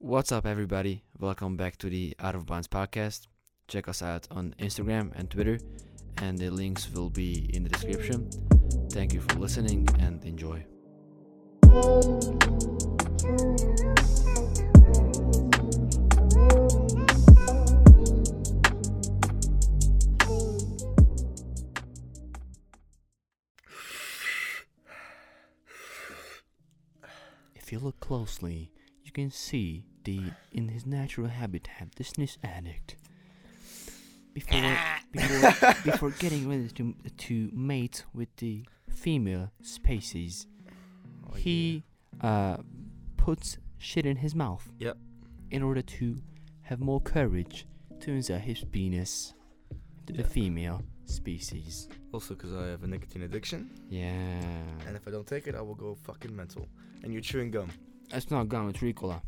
What's up, everybody? Welcome back to the Out of Bounds podcast. Check us out on Instagram and Twitter, and the links will be in the description. Thank you for listening and enjoy. If you look closely, you can see the in his natural habitat the snitch addict. Before, before, before getting ready to to mate with the female species, he uh, puts shit in his mouth. Yep. In order to have more courage to insert his penis to the Yeah. female species. Also, because I have a nicotine addiction, Yeah. and if I don't take it, I will go fucking mental. And you're chewing gum. It's not gum, it's Ricola.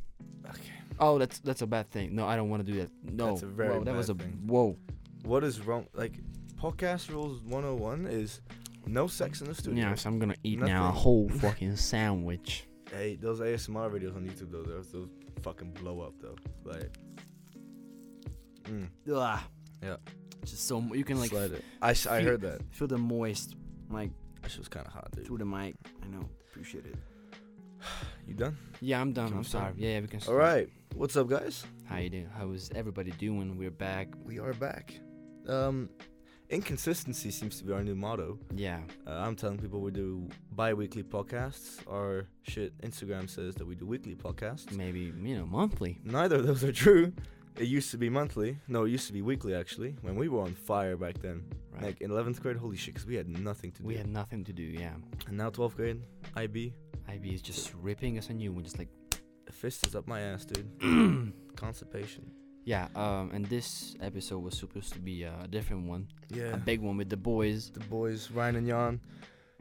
Okay. Oh, that's that's a bad thing. No, I don't want to do that. No. That's a very whoa, that was a bad thing. whoa. What is wrong? Like, podcast rules 101 is no sex in the studio. Yes, I'm gonna eat now a Nothing. whole fucking sandwich. Hey, those ASMR videos on YouTube, though, those, those fucking blow up, though. Like, mm, Ugh. Yeah. Just so you can like slide it. I, s- I feel- heard that. feel the moist like That shit was kind of hot, dude. through the mic. I know. Appreciate it. You done? Yeah, I'm done. Can we I'm sorry. start? Yeah, yeah, we can. All start. right. What's up, guys? How you doing? How is everybody doing? We're back. We are back. Um, inconsistency seems to be our new motto. Yeah. Uh, I'm telling people we do bi-weekly podcasts. Our shit Instagram says that we do weekly podcasts. Maybe you know monthly. Neither of those are true. It used to be monthly. No, it used to be weekly actually. When we were on fire back then, Right. like in 11th grade, holy shit, because we had nothing to do. we had nothing to do. Yeah. and now 12th grade, IB, IB is just ripping us a new one. Just like. a fist is up my ass, dude. Constipation. Yeah. Um. And this episode was supposed to be uh, a different one, Yeah. a big one with the boys. the boys Ryan and Jan.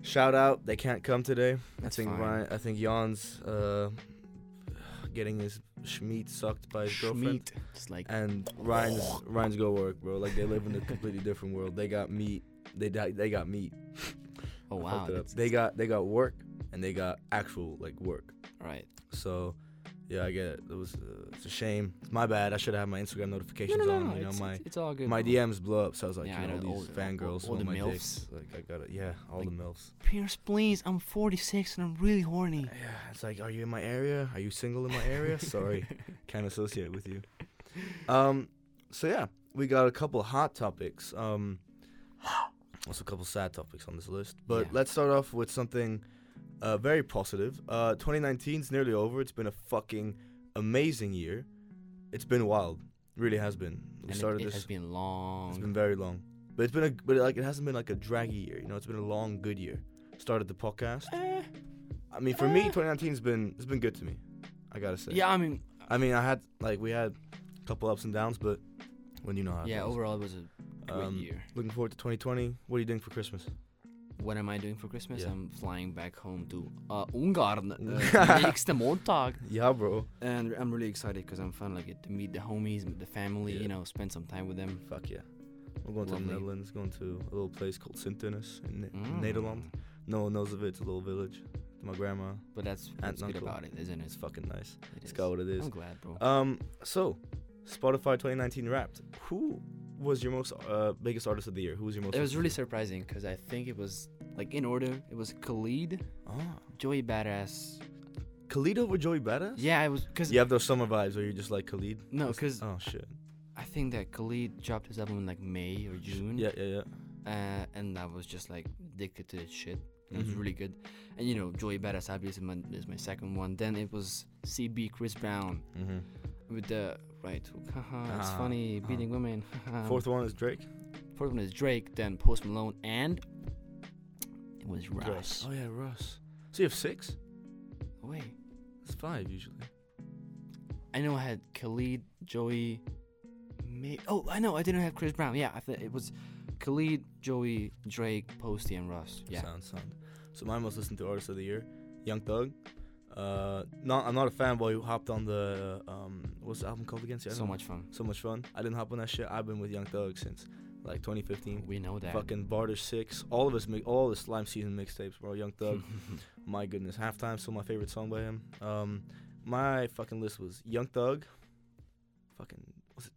Shout out, they can't come today. That's I think fine. Ryan. I think Jan's uh, getting his schmeat sucked by his girlfriend. Schmeat. Just like. and Ryan's Ryan's go work, bro. Like they live in a completely different world. They got meat. They di- they got meat. Oh I wow. fucked it up. that's- They got they got work and they got actual like work. Right. So yeah, I get it. It was uh, it's a shame. It's my bad. I should have had my Instagram notifications No, no, no, on. no, you know it's, my it's, it's all good. my bro. DMs blew up. So I was like, Yeah, I you know, know, all all these the- fangirls, all all, the my milfs. dicks. Like I got it. Yeah, all Like- the milfs. Pierce, please. I'm 46 and I'm really horny. Yeah, it's like, are you in my area? Are you single in my area? Sorry, can't associate with you. Um, so yeah, we got a couple hot topics. Um, also a couple sad topics on this list. But Yeah. let's start off with something uh, very positive. Uh, 2019's nearly over. It's been a fucking amazing year. It's been wild. really has been. We And it- started it, this. has been long. It's been very long, but it's been a but like it hasn't been like a draggy year. You know, it's been a long good year. Started the podcast. Eh, I mean, for me, Eh. 2019's been it's been good to me. I gotta say. yeah, I mean, I mean, I had like we had a couple ups and downs, but when you know how. it yeah. goes. Overall, it was a great Um, year. Looking forward to 2020. What are you doing for Christmas? What am I doing for Christmas? yeah. I'm flying back home to uh, Ungarn uh, next month, Yeah, bro. and I'm really excited because I'm finally get to meet the homies, meet the family. Yeah. You know, spend some time with them. Fuck yeah. We're going to Lovely. the Netherlands. Going to a little place called Sint-Denis in Ne- Mm. Nederland. No one knows of it. It's a little village. My grandma. But that's what's good uncle. about it, isn't it? It's fucking nice. It It's is. got what it is. I'm glad, bro. Um. So, Spotify 2019 Wrapped. Who was your most uh biggest artist of the year? Who was your most? it was really listened surprising because I think it was like in order. It was Khalid, to? Ah. Joey Badass. Khalid over Joey Badass. Yeah, it was because You have those summer vibes where you're just like Khalid. no, because Oh shit. I think that Khalid dropped his album in like May or June. Yeah, yeah, yeah. Uh, and I was just like addicted to that shit. It was Mhm. really good. And you know, Joey Badass obviously my, is my second one. Then it was CB Chris Brown Mm-hmm. with the right hook. Haha, it's Ah, funny ah. beating women. haha. Fourth one is Drake. fourth one is Drake. Then Post Malone and it was Drake. Russ. Oh yeah, Russ. So you have six? Wait, It's five usually. I know I had Khalid, Joey. May- oh, I know I didn't have Chris Brown. Yeah, I th- it was Khalid, Joey, Drake, Posty, and Russ. Yeah. Sound, sound. So my most listened to artist of the year, Young Thug. Uh, not I'm not a fanboy who hopped on the um what's the album called again? See, I So don't know. much fun. So much fun. I didn't hop on that shit. I've been with Young Thug since like 2015. We know that. Mm-hmm. Fucking Barter Six. All of his mi- all Hmm. his slime season mixtapes, bro. Young Thug. my goodness, halftime still my favorite song by him. Um, My fucking list was Young Thug. Fucking was it?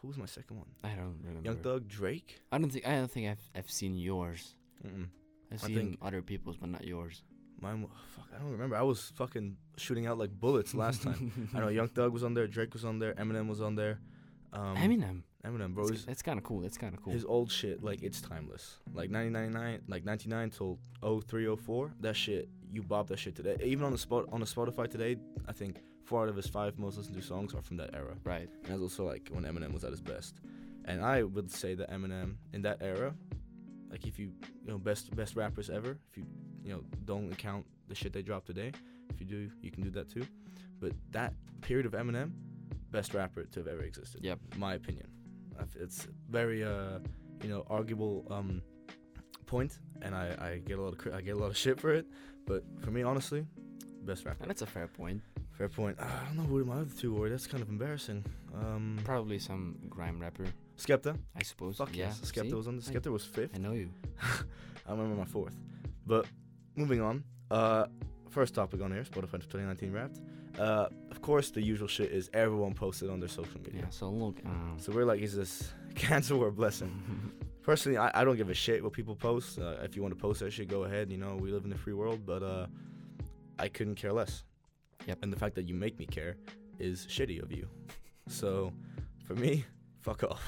Who was my second one? I don't remember. Young Thug, Drake. I don't think I don't think I've I've seen yours. Mm-mm. I've I seen think- other people's, but not yours. Mine. wa- Fuck, I don't remember. I was fucking shooting out like bullets last time. I know Young Thug was on there. Drake was on there. Eminem was on there. Um, Eminem. Eminem, bro. That's, His, that's kind of cool. That's kind of cool. his old shit, like it's timeless. Like 1999, like 99 till 0304. That shit, you bop that shit today. Even on the spot on the Spotify today, I think four out of his five most listened to songs are from that era. right. And that's also like when Eminem was at his best. And I would say that Eminem in that era, like if you you know best best rappers ever, if you you know don't count the shit they drop today, if you do, you can do that too. But that period of Eminem, best rapper to have ever existed. Yep. My opinion. I f- It's very uh you know arguable um point, and I I get a lot of cri- I get a lot of shit for it. But for me, honestly, best And rapper. that's a fair point. Fair point. I don't know who my other two were. That's kind of embarrassing. Um, Probably some grime rapper, Skepta. I suppose. Fuck yeah. yes. Skepta see? was on the I- Skepta was fifth. I know you. I remember my fourth. But moving on. Uh first topic on here, Spotify 2019 wrapped. Uh of course the usual shit is everyone posted on their social media. Yeah. So look. Um, So we're like, is this cancer or a blessing? Personally, I, I don't give a shit what people post. Uh, if you want to post that shit, go ahead. You know, we live in the free world, but uh, I couldn't care less. Yep. And the fact that you make me care is shitty of you. So, for me, fuck off.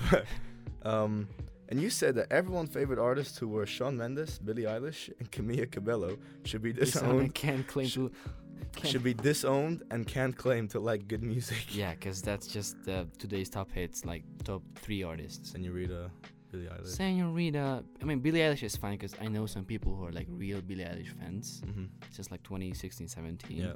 um, and you said that everyone's favorite artists who were Shawn Mendes, Billie Eilish, and Camila Cabello should be this one I disowned, can't claim sh- to. Can't should be disowned, and can't claim to like good music. Yeah, because that's just uh, today's top hits, like top three artists. Senorita, uh, Billie Eilish. Senorita, I mean, Billie Eilish is fine because I know some people who are like real Billie Eilish fans Mm-hmm. since like 2016, 17, Yeah.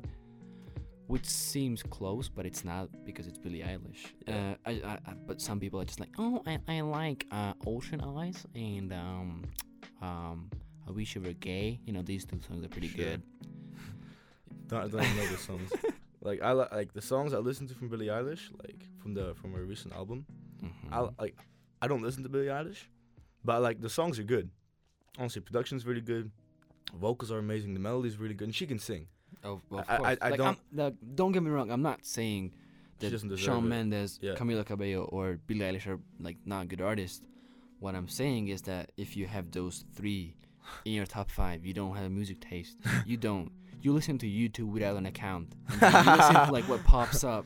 which seems close, but it's not because it's Billie Eilish. Yeah. Uh, I, I, I, but some people are just like, oh, I, I like uh, Ocean Eyes and um, um, I Wish You Were Gay. You know, these two songs are pretty Sure. good. don't, I don't even know the songs. like I li- like the songs I listen to from Billie Eilish, like from the from her recent album. Mhm. I like I don't listen to Billie Eilish, but like the songs are good. Honestly, production's really good. Vocals are amazing. The melody's really good, and she can sing. Oh, well, of I- I- course. I like, don't- I'm- like, don't get me wrong. I'm not saying She that doesn't deserve Shawn it. Mendes, Yeah. Camila Cabello, or Billie Eilish are like not good artists. What I'm saying is that if you have those three in your top five, you don't have a music taste. you don't. You listen to YouTube without an account. And then you listen to like what pops up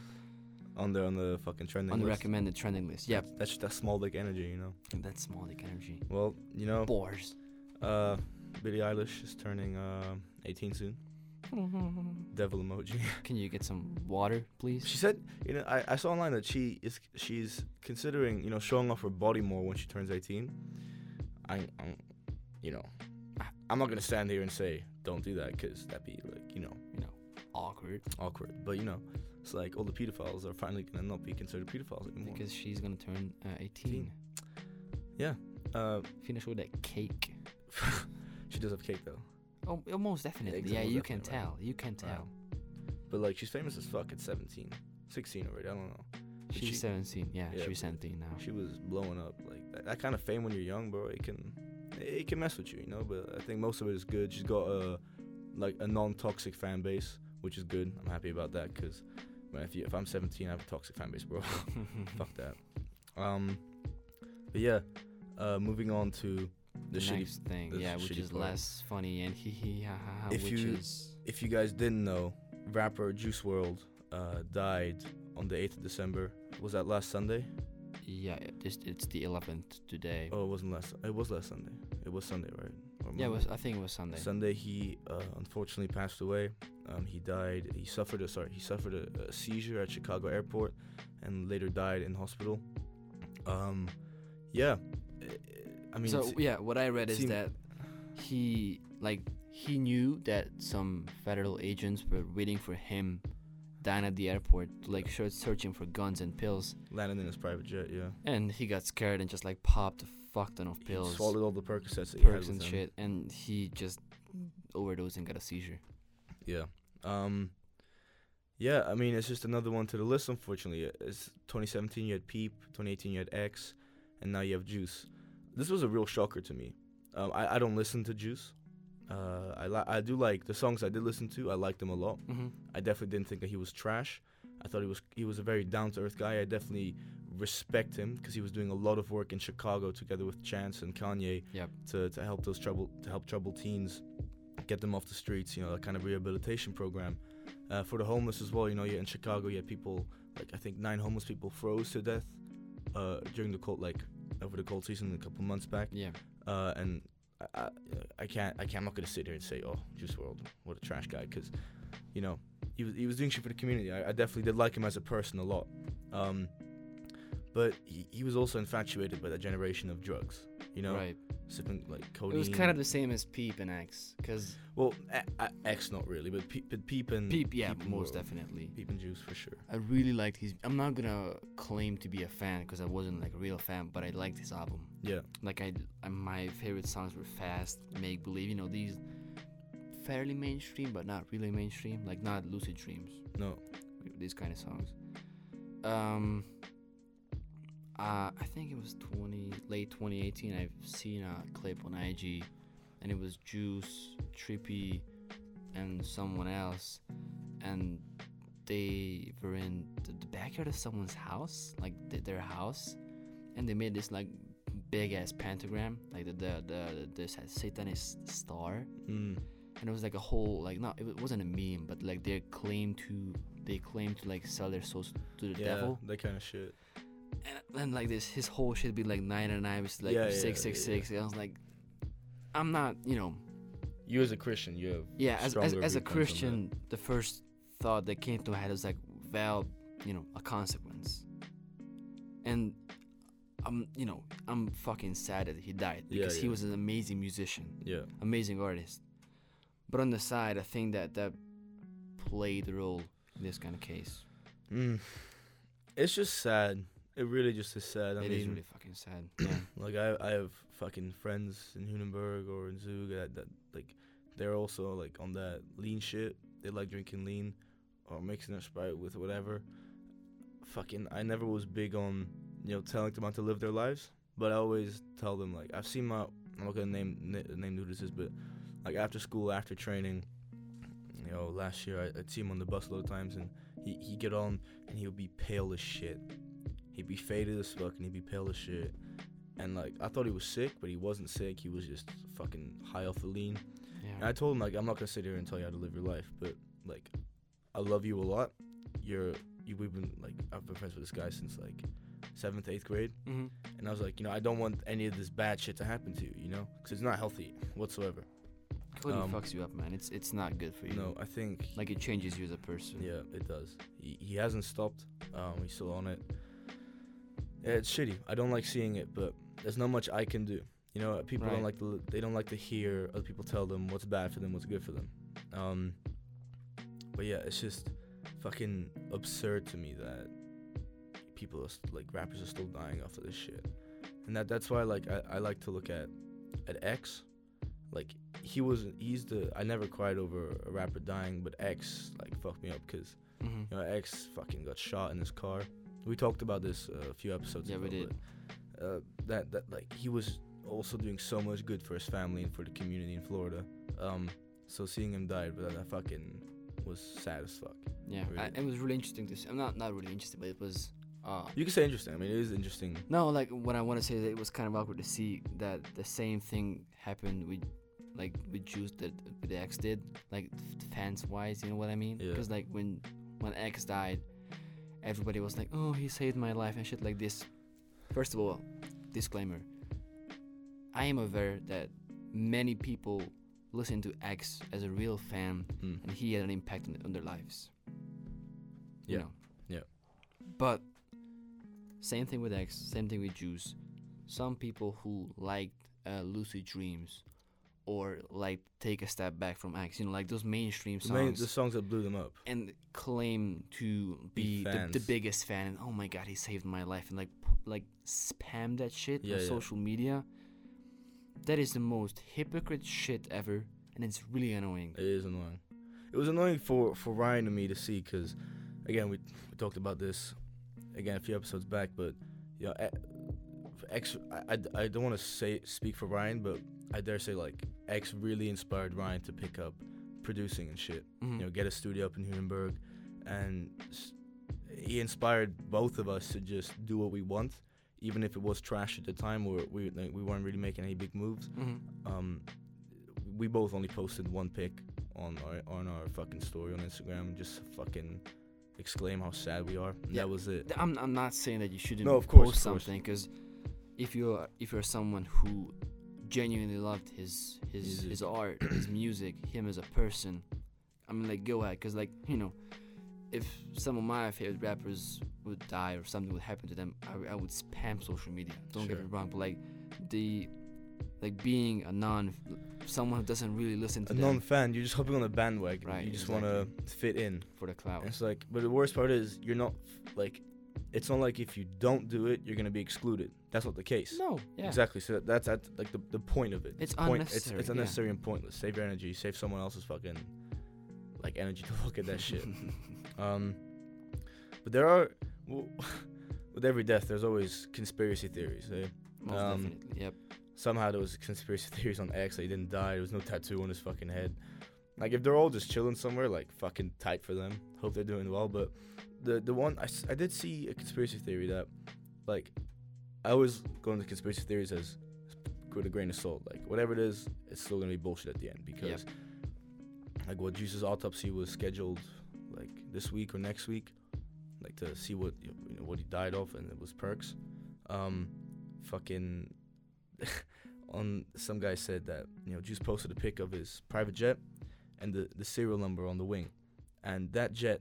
On the on the fucking trending on the list. recommended trending list. Yep, That's just that small dick energy, you know. that's small dick energy. Well, you know, Bores. uh, Billie Eilish is turning uh, 18 soon. Devil emoji. Can you get some water, please? She said, you know, I, I saw online that she is she's considering, you know, showing off her body more when she turns 18. I, I'm, you know, I- I'm not gonna stand here and say don't do that because that'd be like, you know, You know, awkward awkward. But you know, it's like all the pedophiles are finally gonna not be considered pedophiles anymore. because she's gonna turn uh, 18. uh, Finish with that cake. she does have cake though, Oh, oh, most definitely. exa- Yeah, most you can definitely, tell. right. You can tell. Right. but like she's famous as fuck at 17, 16 already. I don't know. But She's she- 17. Yeah, yeah, she's but 17 now. She was blowing up like that, that kind of fame when you're young, bro. It can it can mess with you, you know. But I think most of it is good. She's got a like a non-toxic fan base, which is good. I'm happy about that because man, if you, if I'm 17, I have a toxic fan base, bro. Fuck that. Um, but yeah, uh, moving on to the shitty. next thing, the yeah, which shitty is part. less funny and hee hee ha ha ha, If which you- is If you guys didn't know, rapper Juice World uh, died on the 8th of December. Was that last Sunday? yeah, it- it's, it's the 11th today. Oh, it wasn't last. It was last Sunday. It was Sunday, right? Or yeah, Monday? it was I think it was Sunday. Sunday, he uh, unfortunately passed away. Um, he died. He suffered a sorry. He suffered a, a seizure at Chicago Airport, and later died in hospital. Um, yeah. I- I mean, so it's- yeah, what I read is seem- that he like he knew that some federal agents were waiting for him down at the airport, like search- searching for guns and pills, landed in his private jet. Yeah, and he got scared and just like popped a fuck ton of pills. he swallowed all the Percocets that he had perks with and him. shit, and he just overdosed and got a seizure. Yeah. Um, yeah. I mean, it's just another one to the list. Unfortunately, it's 2017. You had Peep. 2018. You had X, and now you have Juice. This was a real shocker to me. Um, I, I don't listen to Juice. Uh, I li- I do like the songs I did listen to. I liked them a lot. Mm-hmm. I definitely didn't think that he was trash. I thought he was he was a very down to earth guy. I definitely respect him because he was doing a lot of work in Chicago together with Chance and Kanye Yep. to, to help those trouble to help troubled teens get them off the streets. You know, that kind of rehabilitation program uh, for the homeless as well. You know, yeah, in Chicago, you had people like I think nine homeless people froze to death uh, during the cold like over the cold season a couple months back Yeah. uh, and I, I, I can't, I can't, I'm not gonna sit here and say, oh, Juice World, what a trash guy, because, you know, he was, he was doing shit for the community. I, I definitely did like him as a person a lot, um, but he, he was also infatuated by that generation of drugs, you know, right. sipping like It codeine. was kind of the same as Peep and X, because well, a, a, X not really, but Peep, but Peep and Peep, yeah, and most World. definitely. Peep and Juice for sure. I really liked his. I'm not gonna claim to be a fan because I wasn't like a real fan, but I liked his album. Yeah, Like I, I my favorite songs were Fast, Make Believe. You know these fairly mainstream, but not really mainstream. Like not Lucid Dreams. no, These kind of songs. Um. Uh, I think it was 20 late 2018. I've seen a clip on IG, and it was Juice, Trippy, and someone else, and they were in the the backyard of someone's house, like th- their house, and they made this like big ass pentagram, like the the the, the, the satanist star, mm, and it was like a whole like not it wasn't a meme, but like they claim to they claim to like sell their souls to the yeah, devil, that kind of shit. and then like this his whole shit be like nine and nine, was like Yeah, yeah, six six yeah, yeah. six, and I was like, I'm not you know You as a Christian, you have yeah as as, stronger as viewpoints a on that. Christian, the first thought that came to my head was like well you know a consequence, and I'm you know I'm fucking sad that he died Yeah, because he yeah. was an amazing musician. yeah, amazing artist. But on the side, I think that that played a role in this kind of case. Mm. It's just sad. It really just is sad. It I is mean, really fucking sad. Yeah. like I, I have fucking friends in Hunenberg or in Zug that, that like they're also like on that lean shit. They like drinking lean or mixing their sprite with whatever. Fucking, I never was big on you know telling them how to live their lives, but I always tell them like I've seen my I'm not gonna name na- name who this is, but like after school, after training, you know, last year I, I'd see him on the bus a lot of times, and he he get on and he would be pale as shit. He'd be faded as fuck and he'd be pale as shit. And like I thought he was sick, but he wasn't sick. He was just fucking high off the lean. And yeah. I told him like I'm not gonna sit here and tell you how to live your life, but like I love you a lot. You're you we've been like I've been friends with this guy since like seventh eighth grade, Mm-hmm. and I was like you know I don't want any of this bad shit to happen to you, you know, because it's not healthy whatsoever. Cody Um, fucks you up, man. It's it's not good for you. No, I think Like it changes you as a person. Yeah, it does. He, he hasn't stopped. Um, he's still on it. Yeah, it's shitty. I don't like seeing it, but there's not much I can do. You know, people Right. don't like to. li- They don't like to hear other people tell them what's bad for them, what's good for them. Um, but yeah, it's just fucking absurd to me that people are st- like rappers are still dying off of this shit, and that that's why like I, I like to look at at X, like he was he's the I never cried over a rapper dying, but X like fucked me up because hmm you know, X fucking got shot in his car. We talked about this uh, a few episodes Yeah, ago. we did. but, uh, that that like he was also doing so much good for his family and for the community in Florida. Um, so seeing him die, but that fucking was sad as fuck. Yeah. I- Really. it was really interesting to see. I'm not not really interested, but it was. Uh, You could say interesting. I mean, it is interesting. no, like what I want to say is that it was kind of awkward to see that the same thing happened with, like with Juice that with X did, like fans wise. You know what I mean? Yeah. Because like when when X died, everybody was like, "Oh, he saved my life" and shit like this. First of all, disclaimer. I am aware that many people listen to X as a real fan, Mm. and he had an impact on, on their lives. Yeah. You know? Yeah. But same thing with X. Same thing with Juice. Some people who liked uh, Lucid Dreams or like Take a Step Back from X, you know, like those mainstream The, songs main, the songs that blew them up. and claim to Be be the, the fans. biggest fan and oh my god he saved my life and like p- like spam that shit Yeah, on yeah. social media that is the most hypocrite shit ever and it's really annoying It is annoying. It was annoying for for Ryan and me to see because, again, we, we talked about this again a few episodes back, but you know, e- X. I, I, I don't want to say speak for Ryan, but I dare say like X really inspired Ryan to pick up producing and shit. Mhm. You know, get a studio up in Nuremberg, and s- he inspired both of us to just do what we want, even if it was trash at the time or we like, we weren't really making any big moves. Mhm. Um, we both only posted one pic on our on our fucking story on Instagram, just fucking exclaim how sad we are. And Yeah. That was it. Th- I'm, I'm not saying that you shouldn't No, of course, post of course. something because if you're if you're someone who genuinely loved his his Music. his art, his music, him as a person, I mean like go ahead because like you know if some of my favorite rappers would die or something would happen to them, I, I would spam social media. Don't get me Sure. wrong, but like the like being a non someone who doesn't really listen to A them non-fan, you're just hopping on a bandwagon. Right, you just want exactly. to fit in. for the And clout. It's like, but the worst part is you're not like, it's not like if you don't do it, you're gonna be excluded. That's not the case. No, yeah, Exactly. So that's at like the, the point of it. It's point, unnecessary, It's, yeah. it's unnecessary and pointless. Save your energy. Save someone else's fucking like energy to look at that shit. Um, but there are w with every death, there's always conspiracy theories. Eh? Most Um, definitely. Yep. Somehow there was conspiracy theories on X that he didn't die. There was no tattoo on his fucking head. Like if they're all just chilling somewhere, like fucking tight for them. Hope they're doing well. But the the one I, s- I did see a conspiracy theory that, like, I always go into conspiracy theories as with a grain of salt. Like whatever it is, it's still gonna be bullshit at the end because, like, what Jesus' autopsy was scheduled like this week or next week, like to see what you know what he died of, and it was perks. Um, fucking on some guy said that you know Juice posted a pic of his private jet and the the serial number on the wing, and that jet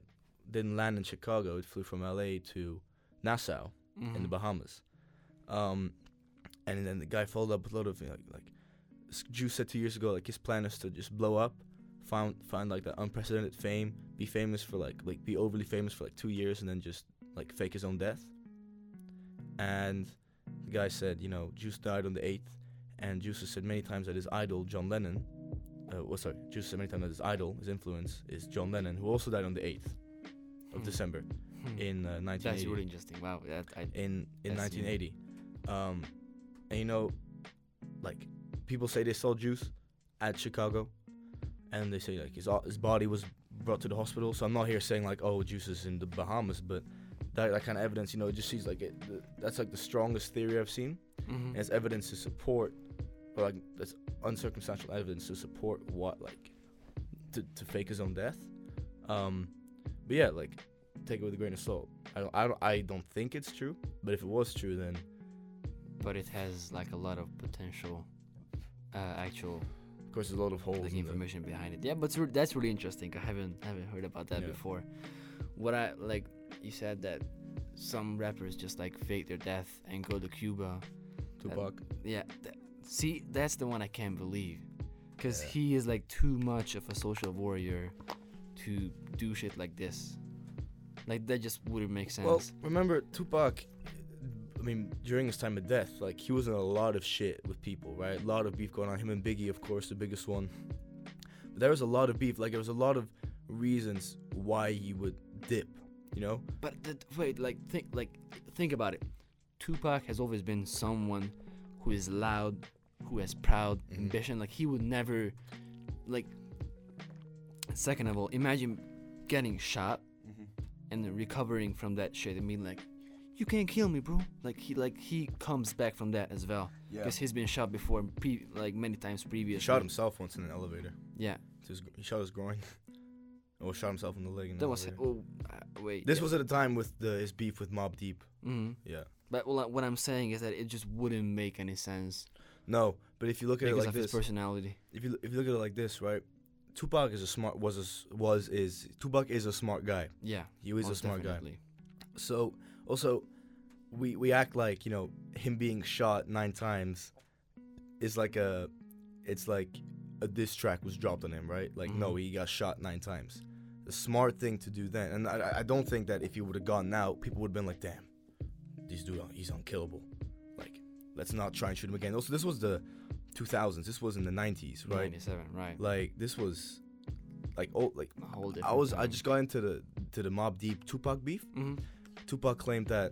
didn't land in Chicago. It flew from L.A. to Nassau in the Mhm. Bahamas, um, and then the guy followed up with a lot of you know, like, like s- Juice said two years ago like his plan is to just blow up. Find, find like that unprecedented fame, be famous for like like be overly famous for like two years, and then just like fake his own death. And the guy said, you know, Juice died on the 8th, and Juice has said many times that his idol, John Lennon, uh, well, sorry, Juice said many times that his idol, his influence, is John Lennon, who also died on the 8th of Hmm. December Hmm. in uh, 1980. That's really interesting. Wow, that I in in That's 1980. Um, and you know, like people say they saw Juice at Chicago, and they say like his uh, his body was brought to the hospital. So I'm not here saying like oh Juice is in the Bahamas, but that, that kind of evidence, you know, it just sees like it. The, that's like the strongest theory I've seen, and Mhm. it's evidence to support, or like that's uncircumstantial evidence to support what like to, to fake his own death. Um, but yeah, like take it with a grain of salt. I don't, I don't, I don't think it's true, but if it was true, then but it has like a lot of potential, uh, actual of course there's a lot of holes like in the information behind it. Yeah, but it's re- that's really interesting. I haven't haven't heard about that Yeah. before. What I like, you said that some rappers just like fake their death and go to Cuba. Tupac. Yeah, th- see, that's the one I can't believe, because Yeah. he is like too much of a social warrior to do shit like this. Like that just wouldn't make sense. Well, remember Tupac. I mean, during his time of death, like he was in a lot of shit with people, right? A lot of beef going on. Him and Biggie, of course, the biggest one. But there was a lot of beef. Like there was a lot of reasons why he would dip. You know, But th- wait, like think like think about it. Tupac has always been someone who is loud, who has proud Mhm. ambition. Like he would never, like. Second of all, imagine getting shot and then recovering from that shit. I mean, like, you can't kill me, bro. Like he like he comes back from that as well because he's been shot before, pre- like many times He previously. shot himself once in an elevator. Yeah, To his, he shot his groin, or shot himself in the leg. In that an was. elevator. Oh, uh, wait. This was at a time with the, his beef with Mob Deep. hmm Yeah. But well, like, what I'm saying is that it just wouldn't make any sense No, but if you look at because it like of his this, personality. if you if you look at it like this, right? Tupac is a smart was a s was is Tupac is a smart guy. Yeah, He was a most smart definitely. guy. So also, we we act like you know him being shot nine times is like a it's like a diss track was dropped on him, right? Like no, Mhm. he got shot nine times. The smart thing to do then, and I I- I don't think that if he would have gone now, people would have been like, damn, this dude he's unkillable. Like let's not try and shoot him again. Also, this was the 2000s. This was in the 90s, right? Ninety-seven, right? like this was like oh like A whole I different was I time. just got into the to the Mob Deep Tupac beef. Mhm. Tupac claimed that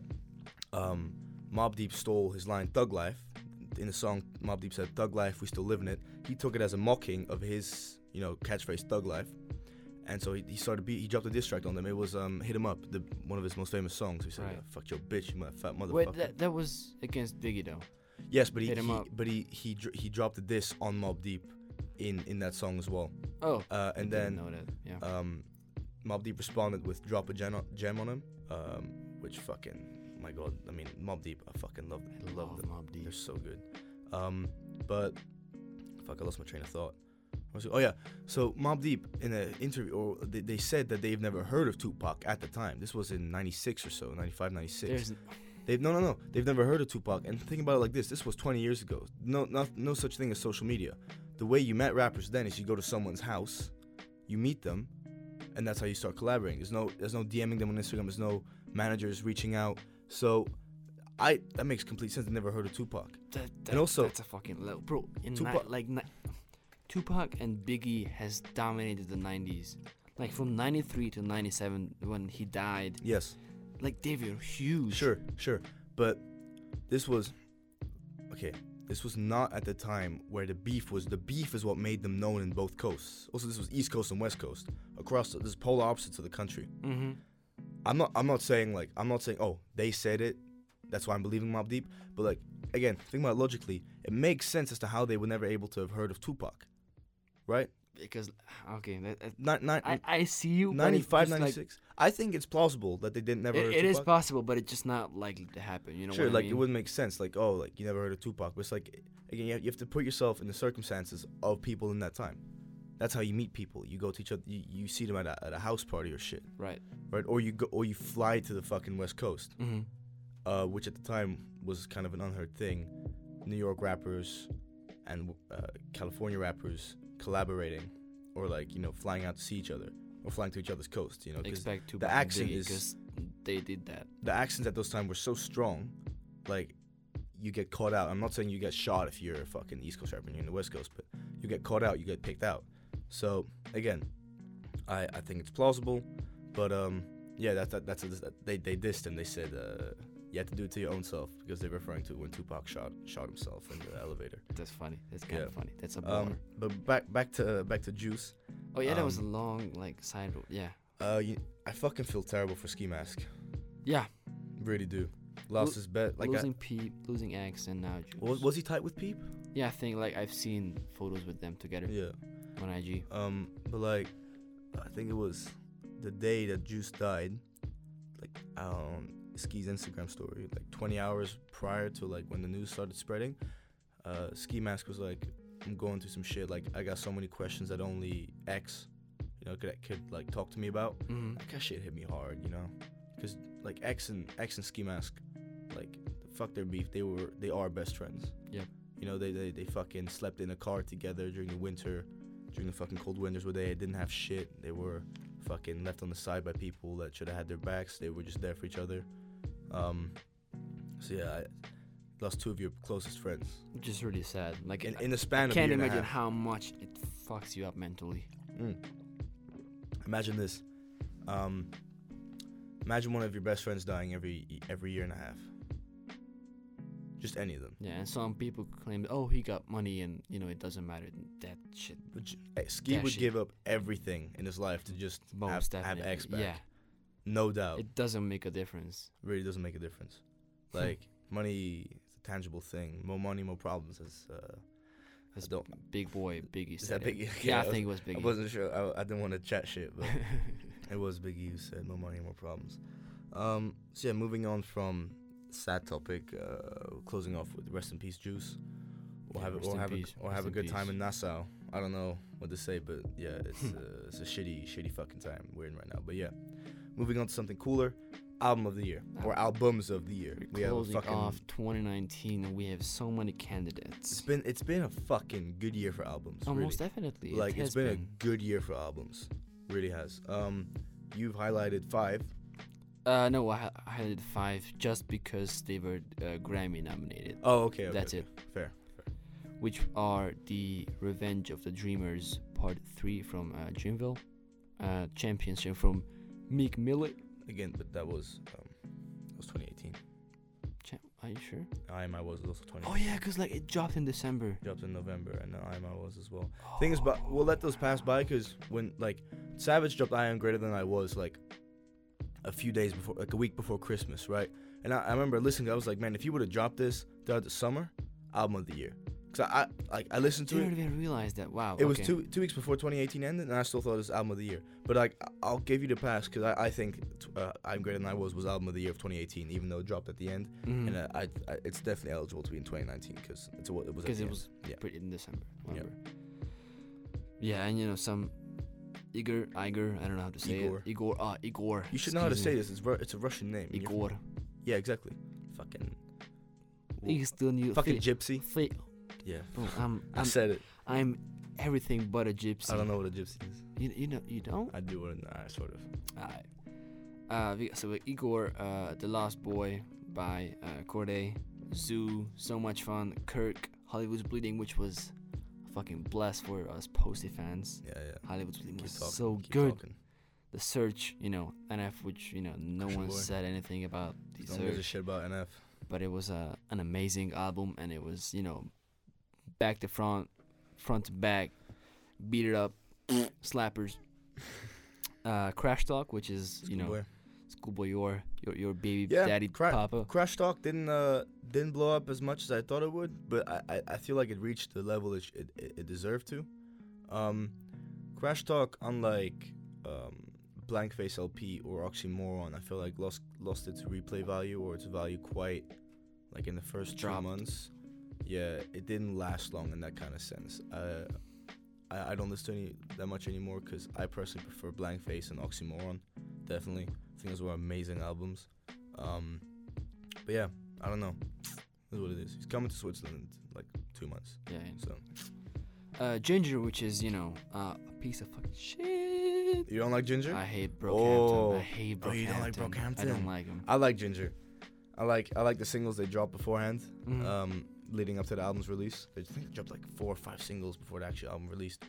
um Mob Deep stole his line Thug Life in the song Mob Deep said thug life, we still living it. He took it as a mocking of his, you know, catchphrase thug life. And so he, he started beat, he dropped a diss track on them. It was um Hit 'em Up, the one of his most famous songs. He said, Right. "Yeah, fuck your bitch, you mother- fat motherfucker. Wait, that, that was against Biggie though. yes, but he, Hit 'em he- Up. but he he dr- he dropped a diss on Mob Deep in in that song as well. Oh, Uh, and then didn't know that. Yeah. um, Mob Deep responded with drop a gem on, gem on him, um, which fucking my god. I mean, Mob Deep, I fucking love. I love them. Mob Deep. They're so good. Um, but fuck, I lost my train of thought. What was it? Oh yeah, so Mob Deep in an interview, or they, they said that they've never heard of Tupac at the time. This was in '96 or so, '95, '96. There's They've no, no, no. They've never heard of Tupac. And think about it like this: this was 20 years ago. No, no, no such thing as social media. The way you met rappers then is you go to someone's house, you meet them, and that's how you start collaborating. There's no, there's no DMing them on Instagram. There's no managers reaching out. So, I that makes complete sense. They never heard of Tupac. that, that, also- that's a fucking low, bro. In Tupac, Tupac- like ni- Tupac and Biggie has dominated the '90s. Like from '93 to '97 when he died, Yes, like they were huge. sure, sure. But this was okay. This was not at the time where the beef was. The beef is what made them known in both coasts. Also, this was East Coast and West Coast. Across the, this is polar opposites of the country. Mm-hmm. I'm not I'm not saying like I'm not saying oh they said it, that's why I'm believing Mob Deep. But like again, think about it logically, it makes sense as to how they were never able to have heard of Tupac, right? Because okay, that, that- Ni- ni- I I see you. but it's 95, just, like, 96. I think it's plausible that they didn't never. heard it- it of is Tupac. possible, but it's just not likely to happen. You know Sure, what I like mean? it wouldn't make sense. Like oh, like you never heard of Tupac, but it's like again, you have, you have to put yourself in the circumstances of people in that time. That's how you meet people. You go to each other. You, you see them at a, at a house party or shit, Right. right? Or you go or you fly to the fucking west coast. Mm-hmm. uh, which at the time was kind of an unheard thing. New York rappers and uh, California rappers collaborating, or like you know flying out to see each other, or flying to each other's coast. You know, because Expect Tupac. accent is- because they did that. the accents at those times were so strong, like you get caught out. I'm not saying you get shot if you're a fucking East Coast rapper and you're in the West Coast, but you get caught out, you get picked out. So again, I, I think it's plausible, but um yeah that, that that's a, they they dissed him. They said uh, you have to do it to your own self because they're referring to when Tupac shot shot himself in the elevator. That's funny. That's kind Yeah. of funny. That's a bummer. Um, but back back to back to Juice. oh yeah, that was a um, long like side road. Yeah. Uh, you, I fucking feel terrible for Ski Mask. Yeah. Really do. Lost Lo- his bet. Like uh, I- losing Peep, losing X, and now Juice. was, was he tight with Peep? yeah, I think like I've seen photos with them together Yeah. on IG. Um, but like, I think it was the day that Juice died. Like, um, Ski's Instagram story, like 20 hours prior to like when the news started spreading. Uh, Ski Mask was like, "I'm going through some shit. Like, I got so many questions that only X, you know, could could like talk to me about." Mm-hmm. Like, that shit hit me hard, you know, because like X and X and Ski Mask, like, fuck their beef. They were they are best friends. Yep. You know, they, they, they fucking slept in a car together during the winter, during the fucking cold winters where they didn't have shit. They were fucking left on the side by people that should have had their backs. They were just there for each other. Um, so yeah, I lost two of your closest friends Just really sad. Like in, I- in the span of can't a year and a imagine half. how much it fucks you up mentally. Mm. Imagine this. Um, imagine one of your best friends dying every every year and a half. Just any of them. Yeah, and some people claim, oh, he got money, and you know it doesn't matter. That shit. But j- eh, Ski That would shit. give up everything in his life to just have, Most have definitely. X back. Yeah, No doubt. it doesn't make a difference. really doesn't make a difference. Like money is a tangible thing. More money, more problems. Is uh, That's I don't. Big boy, Biggie. Is said that it. Biggie? Okay, Yeah, I I was- think it was Biggie. I wasn't sure. I, I didn't want to chat shit, but it was Biggie who said more money, more problems. Um, so yeah, moving on from sad topic. Uh, closing off with rest in peace, Juice. Or Yeah, have, rest or in have, peace, a, or rest have a in good time peace. in Nassau. I don't know what to say, but yeah, it's uh, it's a shitty, shitty fucking time we're in right now. But yeah, moving on to something cooler. Album of the year or albums of the year. We're closing off 2019, and we have so many candidates. It's been it's been a fucking good year for albums. oh, really. most definitely. it like has it's been, a good year for albums. Really has. Um, you've highlighted five. Uh, no, I, hi- I highlighted five just because they were uh, Grammy nominated, Oh, okay. okay That's okay. Fair. which are the Revenge of the Dreamers Part Three from uh, Dreamville, uh, Championship from Meek Millet. Again, but that was um, that was 2018. Cha- Are you sure? IMI was also 20. Oh yeah, cause like it dropped in December. Dropped in November, and now IMI was as well. Oh. Thing is, but we'll let those pass by because when like Savage dropped I Am Greater Than I Was like a few days before, like a week before Christmas, right? And I, I remember listening. I was like, man, if you would have dropped this throughout the summer, album of the year. Cause I, I like I listened to Didn't it. even realize that. Wow. It was okay. two two weeks before 2018 ended, and I still thought it was album of the year. But like I- I'll give you the pass because I, I think uh, I'm Greater Than I Was was album of the year of 2018, even though it dropped at the end. Mhm. And uh, I, I it's definitely eligible to be in 2019 because it's what it was. at 'Cause the it end. was yeah. pretty in December. November. Yeah, and you know some Igor, Igor, I don't know how to say Igor. it. Igor, uh, Igor. You should know how to excuse say me. this. It's, Ru- it's a Russian name. and you're from- Igor. Yeah, exactly. Fucking. He's still new. Fucking gypsy. Fi- Yeah. Bro, oh, I'm, I I'm, said it. I'm everything but a gypsy. I don't know what a gypsy is. You, you know, you don't. I do want to. I sort of. Alright. Uh, we- so we got Igor, uh, The Lost Boy by uh, Corday, Zoo, So Much Fun, Kirk, Hollywood's Bleeding, which was a fucking blessed for us Posty fans. Yeah, yeah. Hollywood's Bleeding Keep was talking. so keep good. Talking. The Search, you know, NF, which, you know, no Christian one boy. said anything about The Don't give a Search, shit about NF. but it was uh, an amazing album and it was, you know, back to front, front to back, beat it up, slappers. Uh, Crash Talk, which is, you know, Boy. schoolboy your your your baby Yeah, daddy cra- papa Crash Talk didn't uh didn't blow up as much as I thought it would, but I I, I feel like it reached the level it, sh- it it it deserved to. Um, Crash Talk, unlike um Blank Face LP or Oxymoron, I feel like lost lost its replay value or its value quite like in the first two Dropped. months. Yeah, it didn't last long in that kind of sense. Uh, I I don't listen to any that much anymore because I personally prefer Blank Face and Oxymoron. Definitely, I think those were amazing albums. Um, but yeah, I don't know. That's what it is. He's coming to Switzerland in, like two months. yeah So uh ginger which is you know uh a piece of fucking shit you don't like Ginger? i hate brockhampton Oh. i hate brockhampton Oh, you don't like i don't Brockhampton? like him I like Ginger. I like I like the singles they dropped beforehand, Mhm. um, leading up to the album's release. They think they dropped like four or five singles before the actual album released.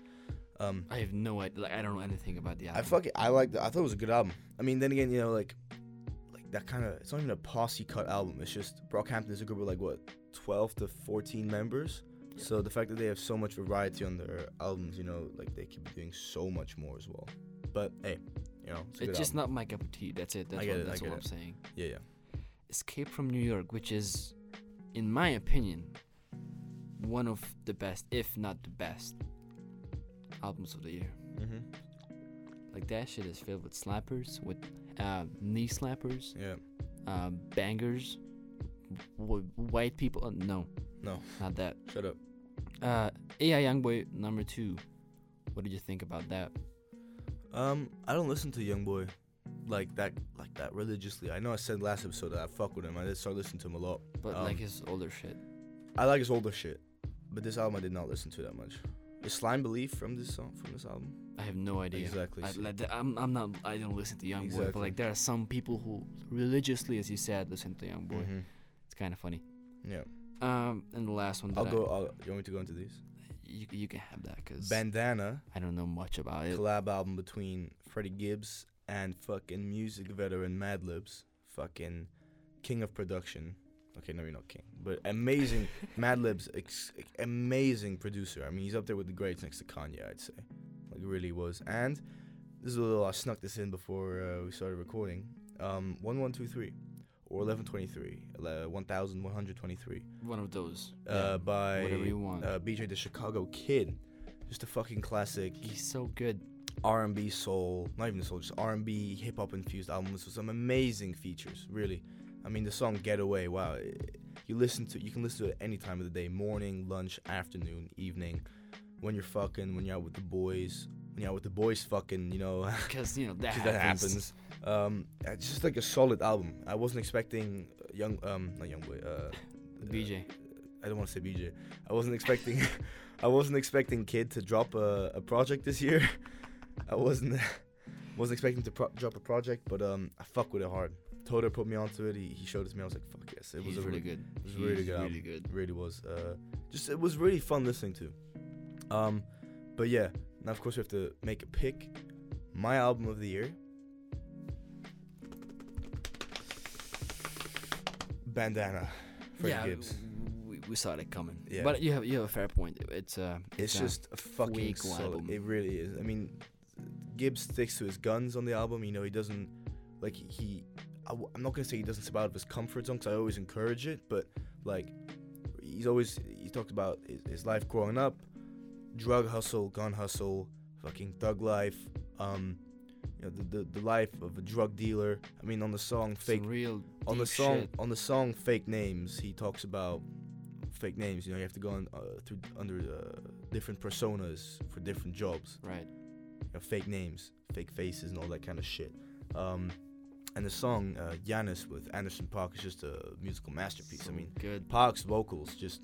Um, i have no idea like i don't know anything about the album I fuck it. I like. I thought it was a good album. I mean, then again, you know, like, like that kind of. It's not even a posse cut album. It's just Brockhampton is a group of like what, twelve to fourteen members. So the fact that they have so much variety on their albums, you know, like they could be doing so much more as well. But hey, you know, it's, a good it's just album. not my cup of tea that's it that's get what, it, I that's get what i'm it. saying Yeah, yeah. escape from new york which is in my opinion one of the best if not the best albums of the year Mm-hmm. like that shit is filled with slappers with uh, knee slappers Yeah. uh, bangers, w- white people. Uh, no, No. not that. Shut up. Uh, AI Youngboy number two. What did you think about that? Um, I don't listen to YoungBoy like that, like that religiously. I know I said last episode that I fuck with him. I did start listening to him a lot. But like Um, his older shit. I like his older shit, but this album I did not listen to that much. Is Slime Belief from this song from this album? I have no idea. Exactly. I, see. like, th- I'm, I'm not. I don't listen to Youngboy, but Exactly. like there are some people who religiously, as you said, listen to Youngboy. Mhm. It's kind of funny. Yeah, Um, and the last one. I'll that go. uh, I'll, you want me to go into these? I, you, you can have that because Bandana I don't know much about it. collab album between Freddie Gibbs and fucking music veteran Madlibs, fucking king of production. Okay, no, you're not king, but amazing Madlibs, ex- amazing producer. I mean, he's up there with the greats next to Kanye, I'd say. Like, really was. And this is a little I snuck this in before uh, we started recording. Um, one one two three, or eleven twenty three, one thousand one hundred twenty three. One of those. Uh, by whatever you want. uh, BJ the Chicago Kid. Just a fucking classic. He's so good. R and B soul, not even soul, just R and B hip hop infused albums with some amazing features. Really, I mean the song "Getaway." Wow, it- you listen to you can listen to it any time of the day, morning, lunch, afternoon, evening, when you're fucking, when you're out with the boys, when you're out with the boys, fucking, you know, Because you know that 'cause happens. that happens. Um, it's just like a solid album. I wasn't expecting young, um, not young boy, uh, BJ. I don't want to say BJ. I wasn't expecting. I wasn't expecting Kid to drop a, a project this year. I wasn't. wasn't expecting to pro- drop a project, but um, I fuck with it hard. Toto put me onto it. He, he showed it to me. I was like, fuck yes. It was He's a really, really good. it was a He's really good. Really album. good. It really was. Uh, just it was really fun listening to. Um, but yeah. Now of course we have to make a pick. My album of the year. Bandana Freddie yeah, Gibbs. We, we saw that coming. Yeah. But you have you have a fair point. It's uh, It's uh, just a fucking weak solid. album. It really is. I mean, Gibbs sticks to his guns on the album. You know, he doesn't like he. I, am not gonna say he doesn't step out of his comfort zone because I always encourage it, but like he's always he talked about his, his life growing up, drug hustle, gun hustle, fucking thug life, um, you know, the the, the life of a drug dealer. I mean, on the song some "Fake real on the deep song shit. on the song fake names he talks about fake names you know you have to go on, uh, through under uh, different personas for different jobs Right. you know, fake names fake faces and all that kind of shit um, and the song uh, Giannis with Anderson Park is just a musical masterpiece I Some mean good. Park's vocals just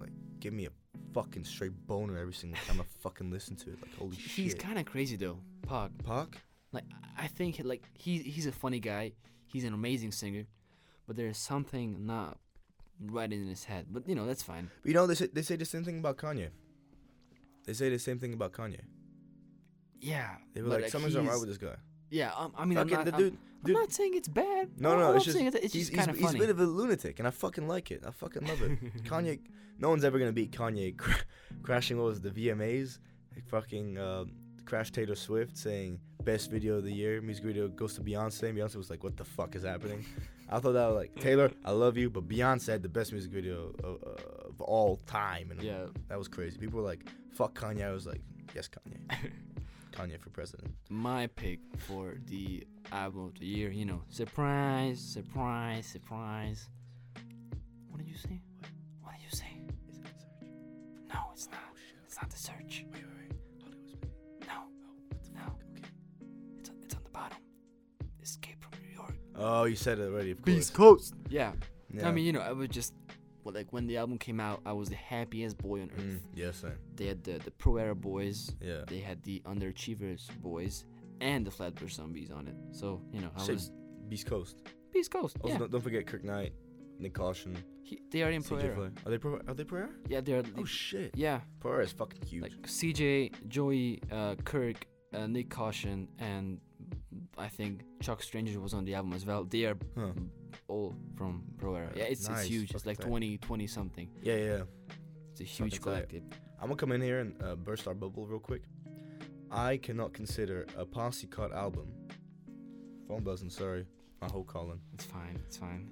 like give me a fucking straight boner every single time I fucking listen to it like holy He's shit kind of crazy though, Park. Park Like I think like he he's a funny guy. He's an amazing singer, but there's something not right in his head. But you know that's fine. but you know they say, they say the same thing about Kanye they say the same thing about Kanye Yeah. they were but, like something's not right he's- with this guy Yeah. Um, I mean, I'm Fucking not, the I'm- dude- I'm dude- not saying it's bad. No, I'm no, not it's just saying it's he's, he's, just kind of he's a funny. bit of a lunatic, and I fucking like it. I fucking love it. Kanye, no one's ever gonna beat Kanye cra- crashing what was it, the VMAs, like fucking um, crash Taylor Swift saying best video of the year, music video goes to Beyonce, and Beyonce was like, what the fuck is happening? I thought that was like Taylor, I love you, but Beyonce had the best music video of, uh, of all time, and yeah. that was crazy. People were like, fuck Kanye. I was like, yes, Kanye. Kanye for president. my pick for the album of the year. You know, surprise, surprise, surprise. What did you say? What did you say? No, it's not. It's not the search. Wait, wait, wait. Hollywood's big. No, Oh, what the No. fuck? Okay. it's on, it's on the bottom. Escape from New York. Oh, you said it already, of course. Coast. Yeah. Yeah. I mean, you know, I was just well, like when the album came out, I was the happiest boy on earth. Mm, yes, sir. They had the the Pro Era boys. Yeah. They had the Underachievers boys and the Flatbush Zombies on it. So you know, I Shit, was Beast Coast. Beast Coast. Also, yeah, don't, don't forget Kirk Knight, Nick Caution, He- they are in Pro CJ Era. Flay. Are they pro? Are they pro? era? Yeah, they are. Oh shit! yeah, Pro era is fucking huge. like CJ, Joey, uh, Kirk, uh, Nick Caution, and I think Chuck Stranger was on the album as well. They are huh. all from Pro Era. Yeah, it's, Nice, it's huge. It's fucking like tight. 20, 20 something. Yeah, yeah. yeah. It's a huge tight. collective. I'm gonna come in here and uh, burst our bubble real quick. I cannot consider a posse cut album. Phone buzzing. Sorry, my whole calling. It's fine. It's fine.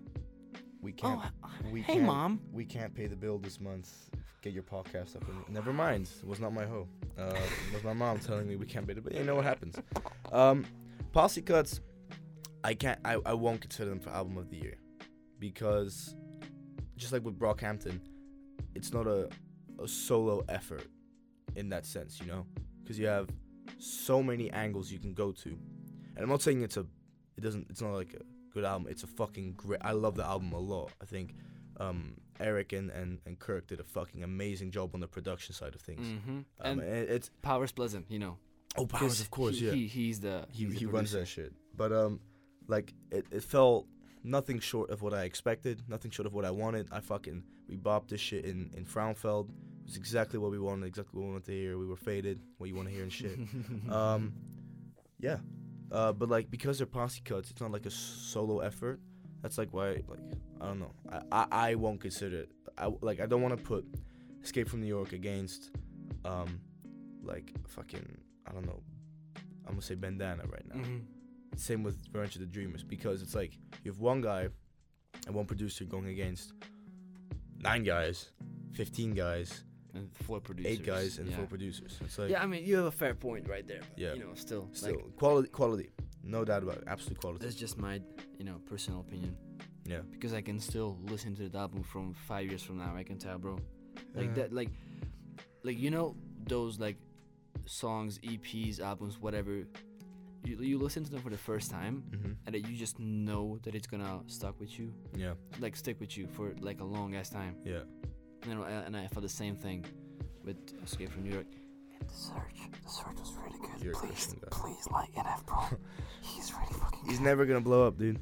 We can't. oh, h- we hey, can't- mom. We can't pay the bill this month. Get your podcast up. and- Never mind. It was not my hoe. Uh, it was my mom telling me we can't pay the bill. You know what happens. Um, posse cuts. I can't. I, I won't consider them for album of the year because just like with Brockhampton, it's not a a solo effort in that sense. You know, because you have so many angles you can go to, and I'm not saying it's a. It doesn't. It's not like a good album. It's a fucking great. I love the album a lot. I think um, Eric and, and, and Kirk did a fucking amazing job on the production side of things. Mm-hmm. Um, and it- it's Powers Pleasant, you know. oh, 'cause he, He, he's the he, he's the he runs producer. that shit. But um, like it, it felt nothing short of what I expected, nothing short of what I wanted. I fucking we bopped this shit in in Fraunfeld. It was exactly what we wanted, exactly what we wanted to hear. We were faded, what you want to hear and shit. Mm-hmm. um, yeah, uh, but like because they're posse cuts, it's not like a s- solo effort. That's like why like I don't know. I I, I won't consider it. I like I don't want to put Escape from New York against um like fucking I don't know. I'm gonna say bandana right now Mhm. same with Revenge of the Dreamers because it's like you have one guy and one producer going against nine guys, fifteen guys, And four producers. eight guys, and yeah. four producers. It's like yeah, I mean, you have a fair point right there. But, Yeah. You know, still, still like, quality, quality, no doubt about it, absolute quality. that's just my, you know, personal opinion. Yeah, because I can still listen to the album from five years from now. I can tell, bro. Like Yeah. that, like, like you know those like songs, EPs, albums, whatever. You, you listen to them for the first time, hmm and that you just know that it's gonna stuck with you, yeah, like stick with you for like a long ass time. yeah. You know, and, and I felt the same thing with Escape from New York. And the search, the search was really good. You're a please, Christian guy. please like NF, bro. He's really fucking. He's good. never gonna blow up, dude.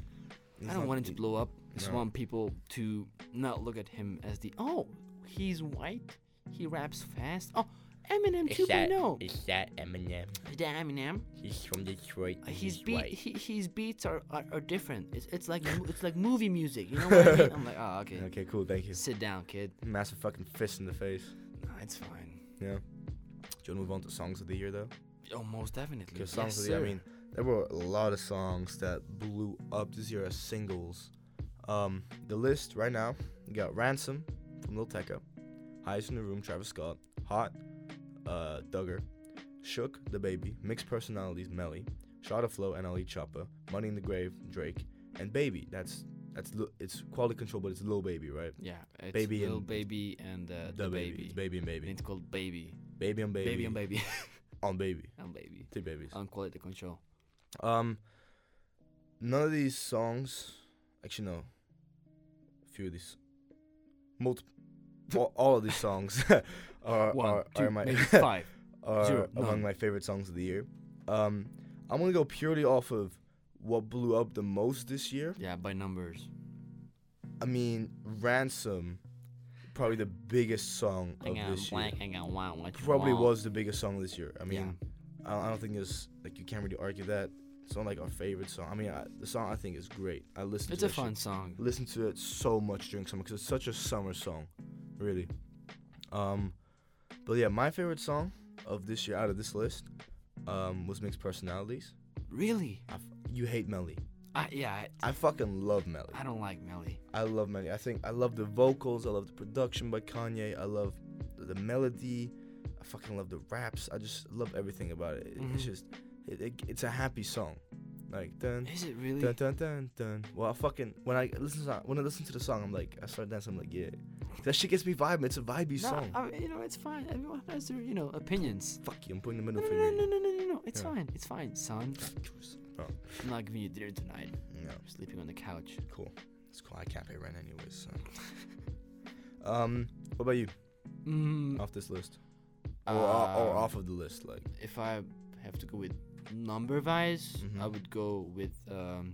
He's I don't not- want him to blow up. I just No. want people to not look at him as the oh, he's white, he raps fast. Oh, Eminem 2.0. Is that Eminem? Damn Eminem. He's from Detroit. Uh, and His he's beat, white. he, his beats are, are, are different. It's, it's like mo- it's like movie music. You know what I mean? I'm like, oh okay. Okay, cool. Thank you. Sit down, kid. Massive fucking fist in the face. Nah, it's fine. Yeah. Do you want to move on to songs of the year though? Oh, most definitely. Because songs Yes, of the year, I sir. mean, there were a lot of songs that blew up this year as singles. Um, the list right now, you got Ransom from Lil Tecca, Highest in the Room, Travis Scott, Hot, uh, Duggar, Shook, The Baby, Mixed Personalities, Melly, Shot of Flow, NLE Choppa, Money in the Grave, Drake, and Baby. That's that's Lil- it's quality control, but it's Lil Baby, right? yeah, it's Baby Lil and- baby and uh, the, baby. It's baby and And baby. it's called baby. Baby and baby. Baby and baby. On baby. and baby. Two babies. On quality control. Um, none of these songs, actually no. A few of these, multiple, all, all of these songs are One, are, two, are my maybe five. are zero, among none. my favorite songs of the year. Um, I'm gonna go purely off of what blew up the most this year. Yeah, by numbers. I mean, Ransom, probably the biggest song of this year. hang on, wow, what you Probably want? was the biggest song this year. I mean, yeah. I I don't think it's like you can't really argue that. It's not like our favorite song. I mean, I, the song I think is great. I listen. It's to a that shit- fun song. Listen to it so much during summer because it's such a summer song, really. Um, but yeah, my favorite song of this year out of this list um, was Mixed Personalities. Really? I f- you hate Melly. I, yeah, I, I fucking love Melly. I don't like Melly. I love Melly. I think I love the vocals. I love the production by Kanye. I love the melody. I fucking love the raps. I just love everything about it. It- Mhm. It's just, it, it, it's a happy song. Like dun Is it really? dun dun dun dun. Well, I fucking when I listen to when I listen to the song, I'm like I start dancing. I'm like yeah, that shit gets me vibing. It's a vibey no, song. I, you know, it's fine. Everyone has their, you know, opinions. Fuck you. I'm putting the No, middle no, finger. no, in no, you. no, no, no, no. It's Yeah. fine. It's fine, son. Oh, I'm not giving you dinner tonight. no. I'm sleeping on the couch. Cool. It's cool. I can't pay rent anyways. So. um, what about you? Mm, Off this list, or, or, or um, off of the list, like. If I have to go with number wise, I Mhm. would go with um,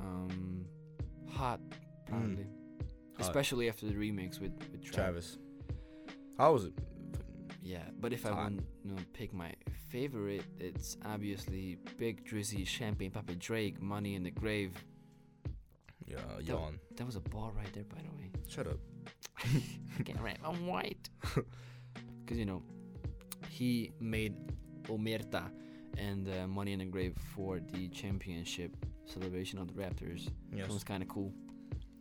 um, Hot, probably. Mm. Hot. Especially after the remix with with Travis. Uh, Travis. How was it? Yeah, but if I Hot. want you know, pick my favorite, it's obviously Big Drizzy, Champagne, Papa Drake, Money in the Grave. Yeah, uh, yawn. That was a ball right there, by the way. Shut up. Get right, I'm white. Because, you know, he made Omerta and uh, Money in the Grave for the championship celebration of the Raptors. It was Yes. kind of cool.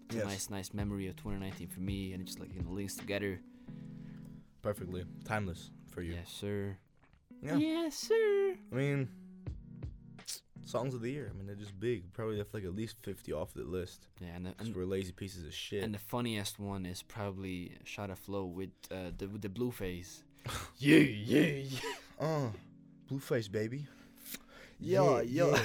It's Yes. a nice, nice memory of 2019 for me, and it just like you know, links together. Perfectly timeless for you. Yes, sir. Yeah. Yes, sir. I mean, songs of the year. I mean, they're just big. Probably have like at least fifty off the list Yeah, and, the, because and we're lazy pieces of shit. And the funniest one is probably Shot of Flow with uh, the with the blue face. yeah, yeah, yeah. Uh, Blueface baby. Yeah, yeah,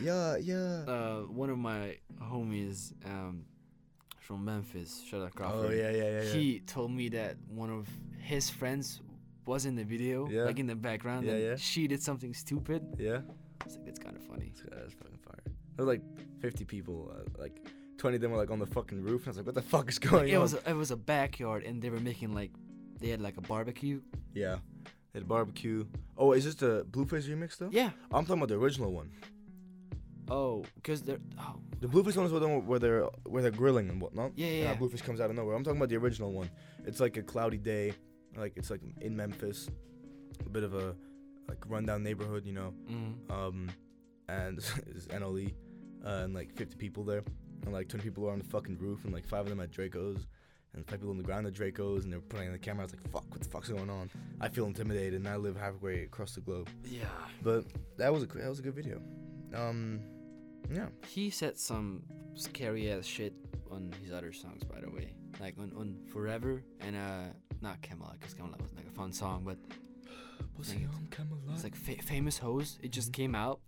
yeah, yeah. Uh, one of my homies um, from Memphis, Shot of Crawford. Oh yeah, yeah, yeah. yeah. He told me that one of his friends was in the video, Yeah. like in the background, Yeah, and yeah. she did something stupid. yeah. I was like, that's kind of funny. This guy is fucking fire. There were like 50 people, uh, like 20 of them were like on the fucking roof. And I was like, what the fuck is going it on? was a, it was a backyard, and they were making like they had like a barbecue. yeah. They had barbecue. Oh, is this the Blueface remix though? Yeah. I'm talking about the original one. Oh, cause they're oh The Blueface one is the one where they're where they're grilling and whatnot. yeah Yeah. yeah. Blueface comes out of nowhere. I'm talking about the original one. It's like a cloudy day, like it's like in Memphis, a bit of a like rundown neighborhood, you know. Mm. Um, and it's NLE, uh, and like 50 people there, and like 20 people are on the fucking roof, and like five of them at Draco's, and five people on the ground at Draco's, and they're putting on the camera. I was like, fuck, what the fuck's going on? I feel intimidated, and I live halfway across the globe. Yeah. But that was a that was a good video. Um, yeah. He said some scary ass shit on his other songs, by the way. Like on, on Forever and uh, not Camelot, because Camelot was like a fun song, but Pussy on it's like fa- Famous Hose. It just came out.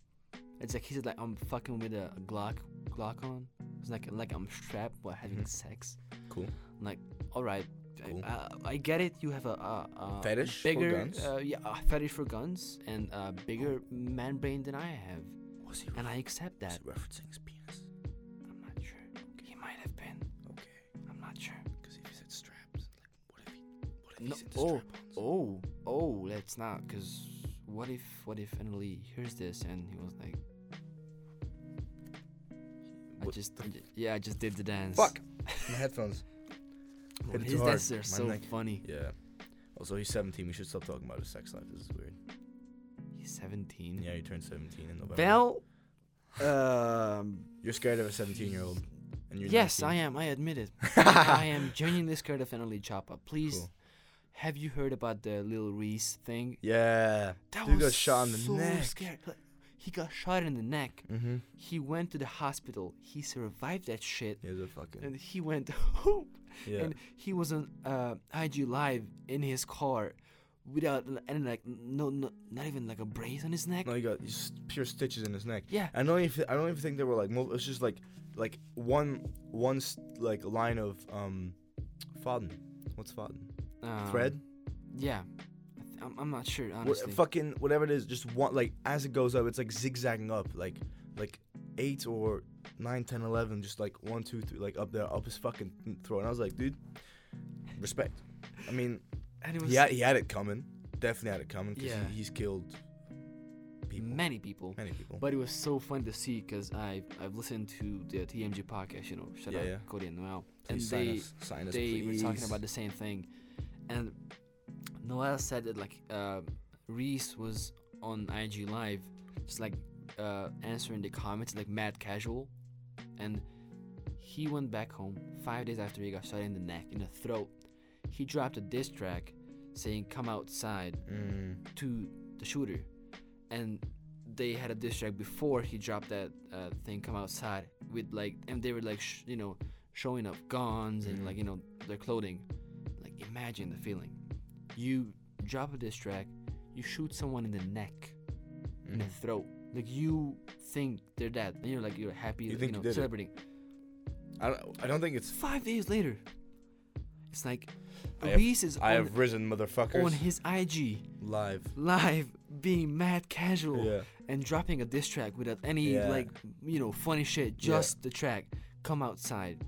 It's like he said like I'm fucking with a, Glock Glock on. It's like like I'm strapped while having Mhm. sex. Cool. I'm like all right, Cool. I, uh, I get it. You have a, uh uh Fetish for bigger, guns? Uh, yeah, a fetish for guns and a bigger man brain than I have, Was he, and I accept that. referencing his penis? I'm not sure. He might have been. Okay, I'm not sure. because if he said straps, like, what if he? What if no, into oh, strap-ons. oh, oh, let's not, cause what if, what if Annalie hears this and he was like, I What just, yeah, I just did the dance. Fuck. My headphones. Well, Hit it Oh. his too hard. dances are My so neck- funny. Yeah. Also, he's 17. We should stop talking about his sex life. This is weird. He's 17. Yeah, he turned 17 in November. Well, um, You're scared of a 17 year old. and you're yes, 19. I am. I admit it. I am genuinely scared of Annalie Choppa. Please, Cool. have you heard about the Lil Reese thing? Yeah. That Dude was got shot in the so neck. Scary. Like, He got shot in the neck. Mm-hmm. He went to the hospital. He survived that shit. He's a fucking. And he went home. yeah. And he was on uh, IG Live in his car without, and like, no, no, not even like a brace on his neck. no, he got s- pure stitches in his neck. yeah. I don't even. I don't even think they were like. mul- It's just like, like one, one s- like line of um, Faden. What's Faden? um, Thread. Yeah. I th- I'm, I'm not sure, What, honestly. fucking whatever it is. Just one. Like as it goes up, it's like zigzagging up. Like, like eight or nine, ten, eleven. Just like one, two, three. Like up there, up his fucking throat. And I was like, dude, respect. I mean, And it was he had, he had it coming. Definitely had it coming. 'cause Yeah. he, he's killed people. many people. Many people. But it was so fun to see because I've, I've listened to the TMG podcast, you know, shout Yeah, out yeah. Cody and Noel. and Please they, sign us. Sign us, they please. were talking about the same thing. And Noel said that, like, uh, Reese was on IG Live, just like uh, answering the comments, like mad casual. And he went back home five days after he got shot in the neck, in the throat. He dropped a diss track saying, Come outside. Mm. to the shooter, and they had a diss track before he dropped that uh, thing come outside with like, and they were like, sh- you know, showing up guns and Mm. like you know their clothing. Like imagine the feeling. You drop a diss track, you shoot someone in the neck, in the Mm. throat. Like you think they're dead, and you're like you're happy, You you, think you know, did it. celebrating. I don't, I don't think it's. Five days later, it's like I have- Reese is I on, have risen, motherfuckers. on his IG Live. live being mad casual. Yeah. and dropping a diss track without any Yeah. like you know funny shit, just the track. Come outside.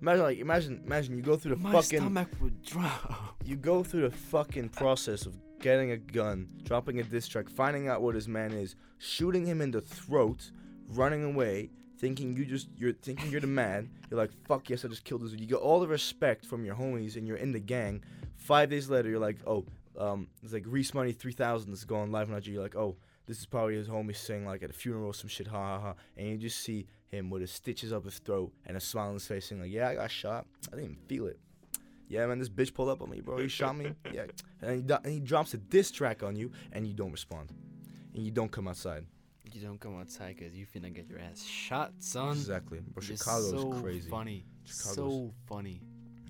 Imagine like imagine imagine you go through the My fucking stomach would drop. you go through the fucking process of getting a gun, dropping a diss track, finding out what his man is, shooting him in the throat, running away, thinking you just you're thinking you're the man. You're like, fuck yes, I just killed this. dude." You get all the respect from your homies and you're in the gang. Five days later, you're like, oh, um, it's like Reese Money 3000 is going live on IG. You're like, oh, this is probably his homie saying like at a funeral or some shit, ha ha ha. And you just see him with his stitches up his throat and a smile on his face, saying like, yeah, I got shot. I didn't even feel it. Yeah, man, this bitch pulled up on me, bro. He shot me. Yeah, and he, do- and he drops a diss track on you, and you don't respond, and you don't come outside. You don't come outside because you finna get your ass shot, son. Exactly, bro. It is Chicago's so crazy. Funny. Chicago's- So funny.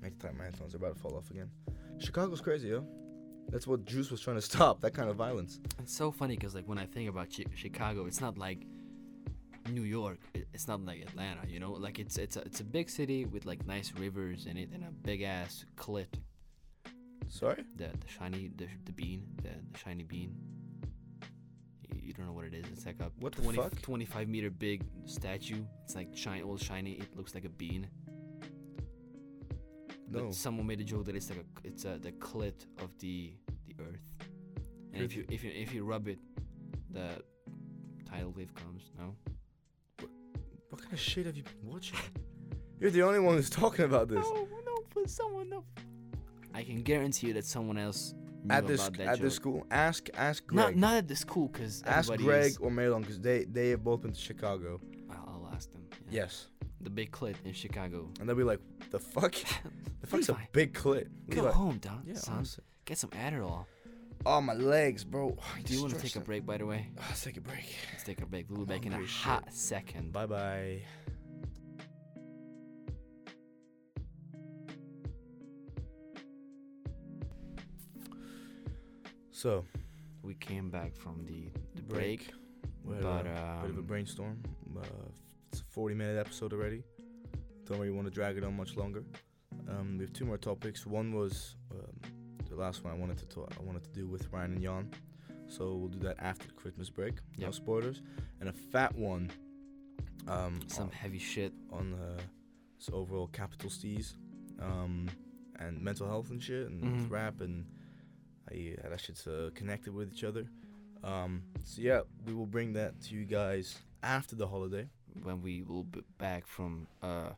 I need to type my headphones. They're about to fall off again. Chicago's crazy, yo. That's what Juice was trying to stop. That kind of violence. It's so funny because like when I think about Chi- Chicago, it's not like New York. It- It's not like Atlanta. You know, like it's it's a, it's a big city with like nice rivers in it and a big ass clit. Sorry. The the shiny the, the bean the, the shiny bean. You, you don't know what it is. It's like a What the 20, fuck? 25 meter big statue. It's like shiny, all shiny. It looks like a bean. No. But someone made a joke that it's like a, it's a, the clit of the the earth. And if you Earth. if you if you rub it, the tidal wave comes. No. What kind of shit have you been watching? You're the only one who's talking about this. no, for someone no. I can guarantee you that someone else knew at this about that at this joke. school, ask ask Not Greg. not at the school, cause ask everybody Greg Is, or Melon because they they have both been to Chicago. I'll, I'll ask them. yeah. Yes. The big clit in Chicago. And they'll be like, the fuck? The fuck's a Levi. big clit. Go Levi. home, Don. Yeah, son. honestly. Get some Adderall. Oh, my legs, bro. I Do you want to stretched take a them. break, by the way? Oh, let's take a break. Let's take a break. We'll be back in a hungry as shit. hot second. Bye bye. So, We came back from the, the break, We had but a um, bit of a brainstorm. Uh, it's a 40 minute episode already. Don't really want to drag it on much longer. Um, we have two more topics. One was um, the last one I wanted to talk. I wanted to do with Ryan and Jan. So we'll do that after the Christmas break. No Yep. spoilers. And a fat one. Um, Oh. some heavy shit. uh, on the s- overall capital C's. Um, and mental health and shit and Mhm. rap and I, yeah, that shit's uh, connected with each other. Um, so yeah, we will bring that to you guys after the holiday. when we will be back from uh,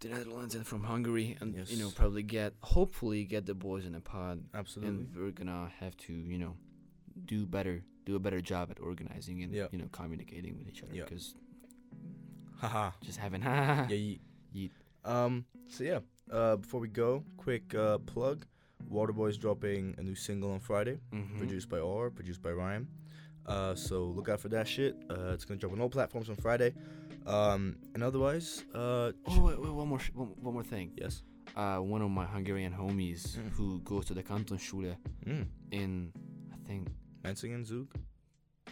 the Netherlands and from Hungary, and you know Yes. probably get hopefully get the boys in a pod, Absolutely. and we're gonna have to you know do better, do a better job at organizing and Yeah. you know communicating with each other Yeah. because Haha. just having yeah. Ye- Yeet. Um. So yeah. Uh. Before we go, quick uh, plug. Waterboy's dropping a new single on Friday, Mhm. produced by Or, produced by Ryan. Uh. So look out for that shit. Uh. It's gonna drop on all platforms on Friday. Um. And otherwise, uh. Oh wait, wait, one more sh- one, one more thing. Yes. Uh, one of my Hungarian homies Mm. who goes to the Kantonschule Mm. in I think Mensingen Zug.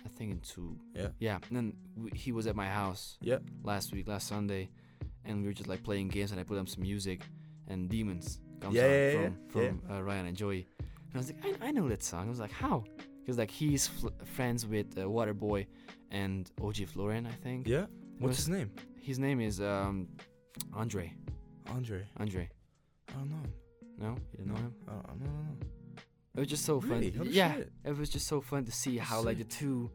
I think in two. Yeah. Yeah. And then w- he was at my house. Yeah. Last week, last Sunday, and we were just like playing games, and I put on some music, and Demons comes Yeah, on yeah, yeah, from, from Uh, Ryan and Joey, and I was like, I, I know that song. I was like, how? Because like he's fl- friends with uh, Waterboy and OG Florin, I think. Yeah. What's was- his name? His name is um, Andre. Andre. Andre. I don't know. No, you didn't know him. I don't, I don't know. It was just so Really? fun. Holy yeah, shit. it was just so fun to see how like the two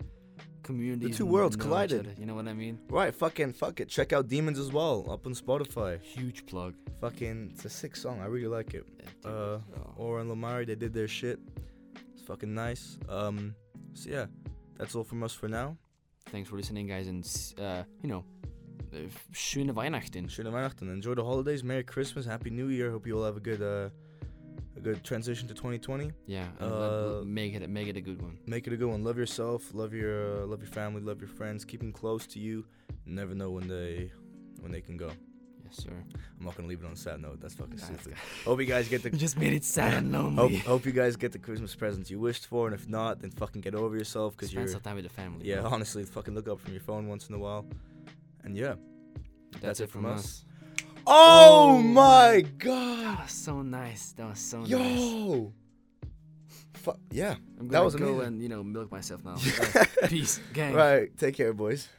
communities, two worlds know each collided. other, you know what I mean? Right. Fucking fuck it. Check out Demons as well. Up on Spotify. Huge plug. Fucking. It's a sick song. I really like it. Yeah, dude, Uh, so- Or and Lamari, they did their shit. It's fucking nice. Um, so yeah, that's all from us for now. thanks for listening, guys, and s- uh, you know, uh, schöne Weihnachten. Schöne Weihnachten. Enjoy the holidays. Merry Christmas. Happy New Year. Hope you all have a good, uh, a good transition to 2020. Yeah, and let- Uh, make it make it a good one. Make it a good one. Love yourself. Love your, uh, love your family. Love your friends. Keep them close to you. Never know when they, when they can go. Yes, sir. I'm not gonna leave it on a sad note. That's fucking Nah, stupid. Hope you Oh, guys get You the. just made it sad and Hope, lonely. hope you guys get the Christmas presents you wished for, and if not, then fucking get over yourself because you're Spend some time with the family. Yeah, honestly, fucking look up from your phone once in a while. And yeah. that's, it from us. Oh, my Oh my god. That was so nice. That was so nice. Yo. Fu- yeah. I'm that gonna was go amazing. and you know milk myself now. Peace, gang. Right. Take care, boys.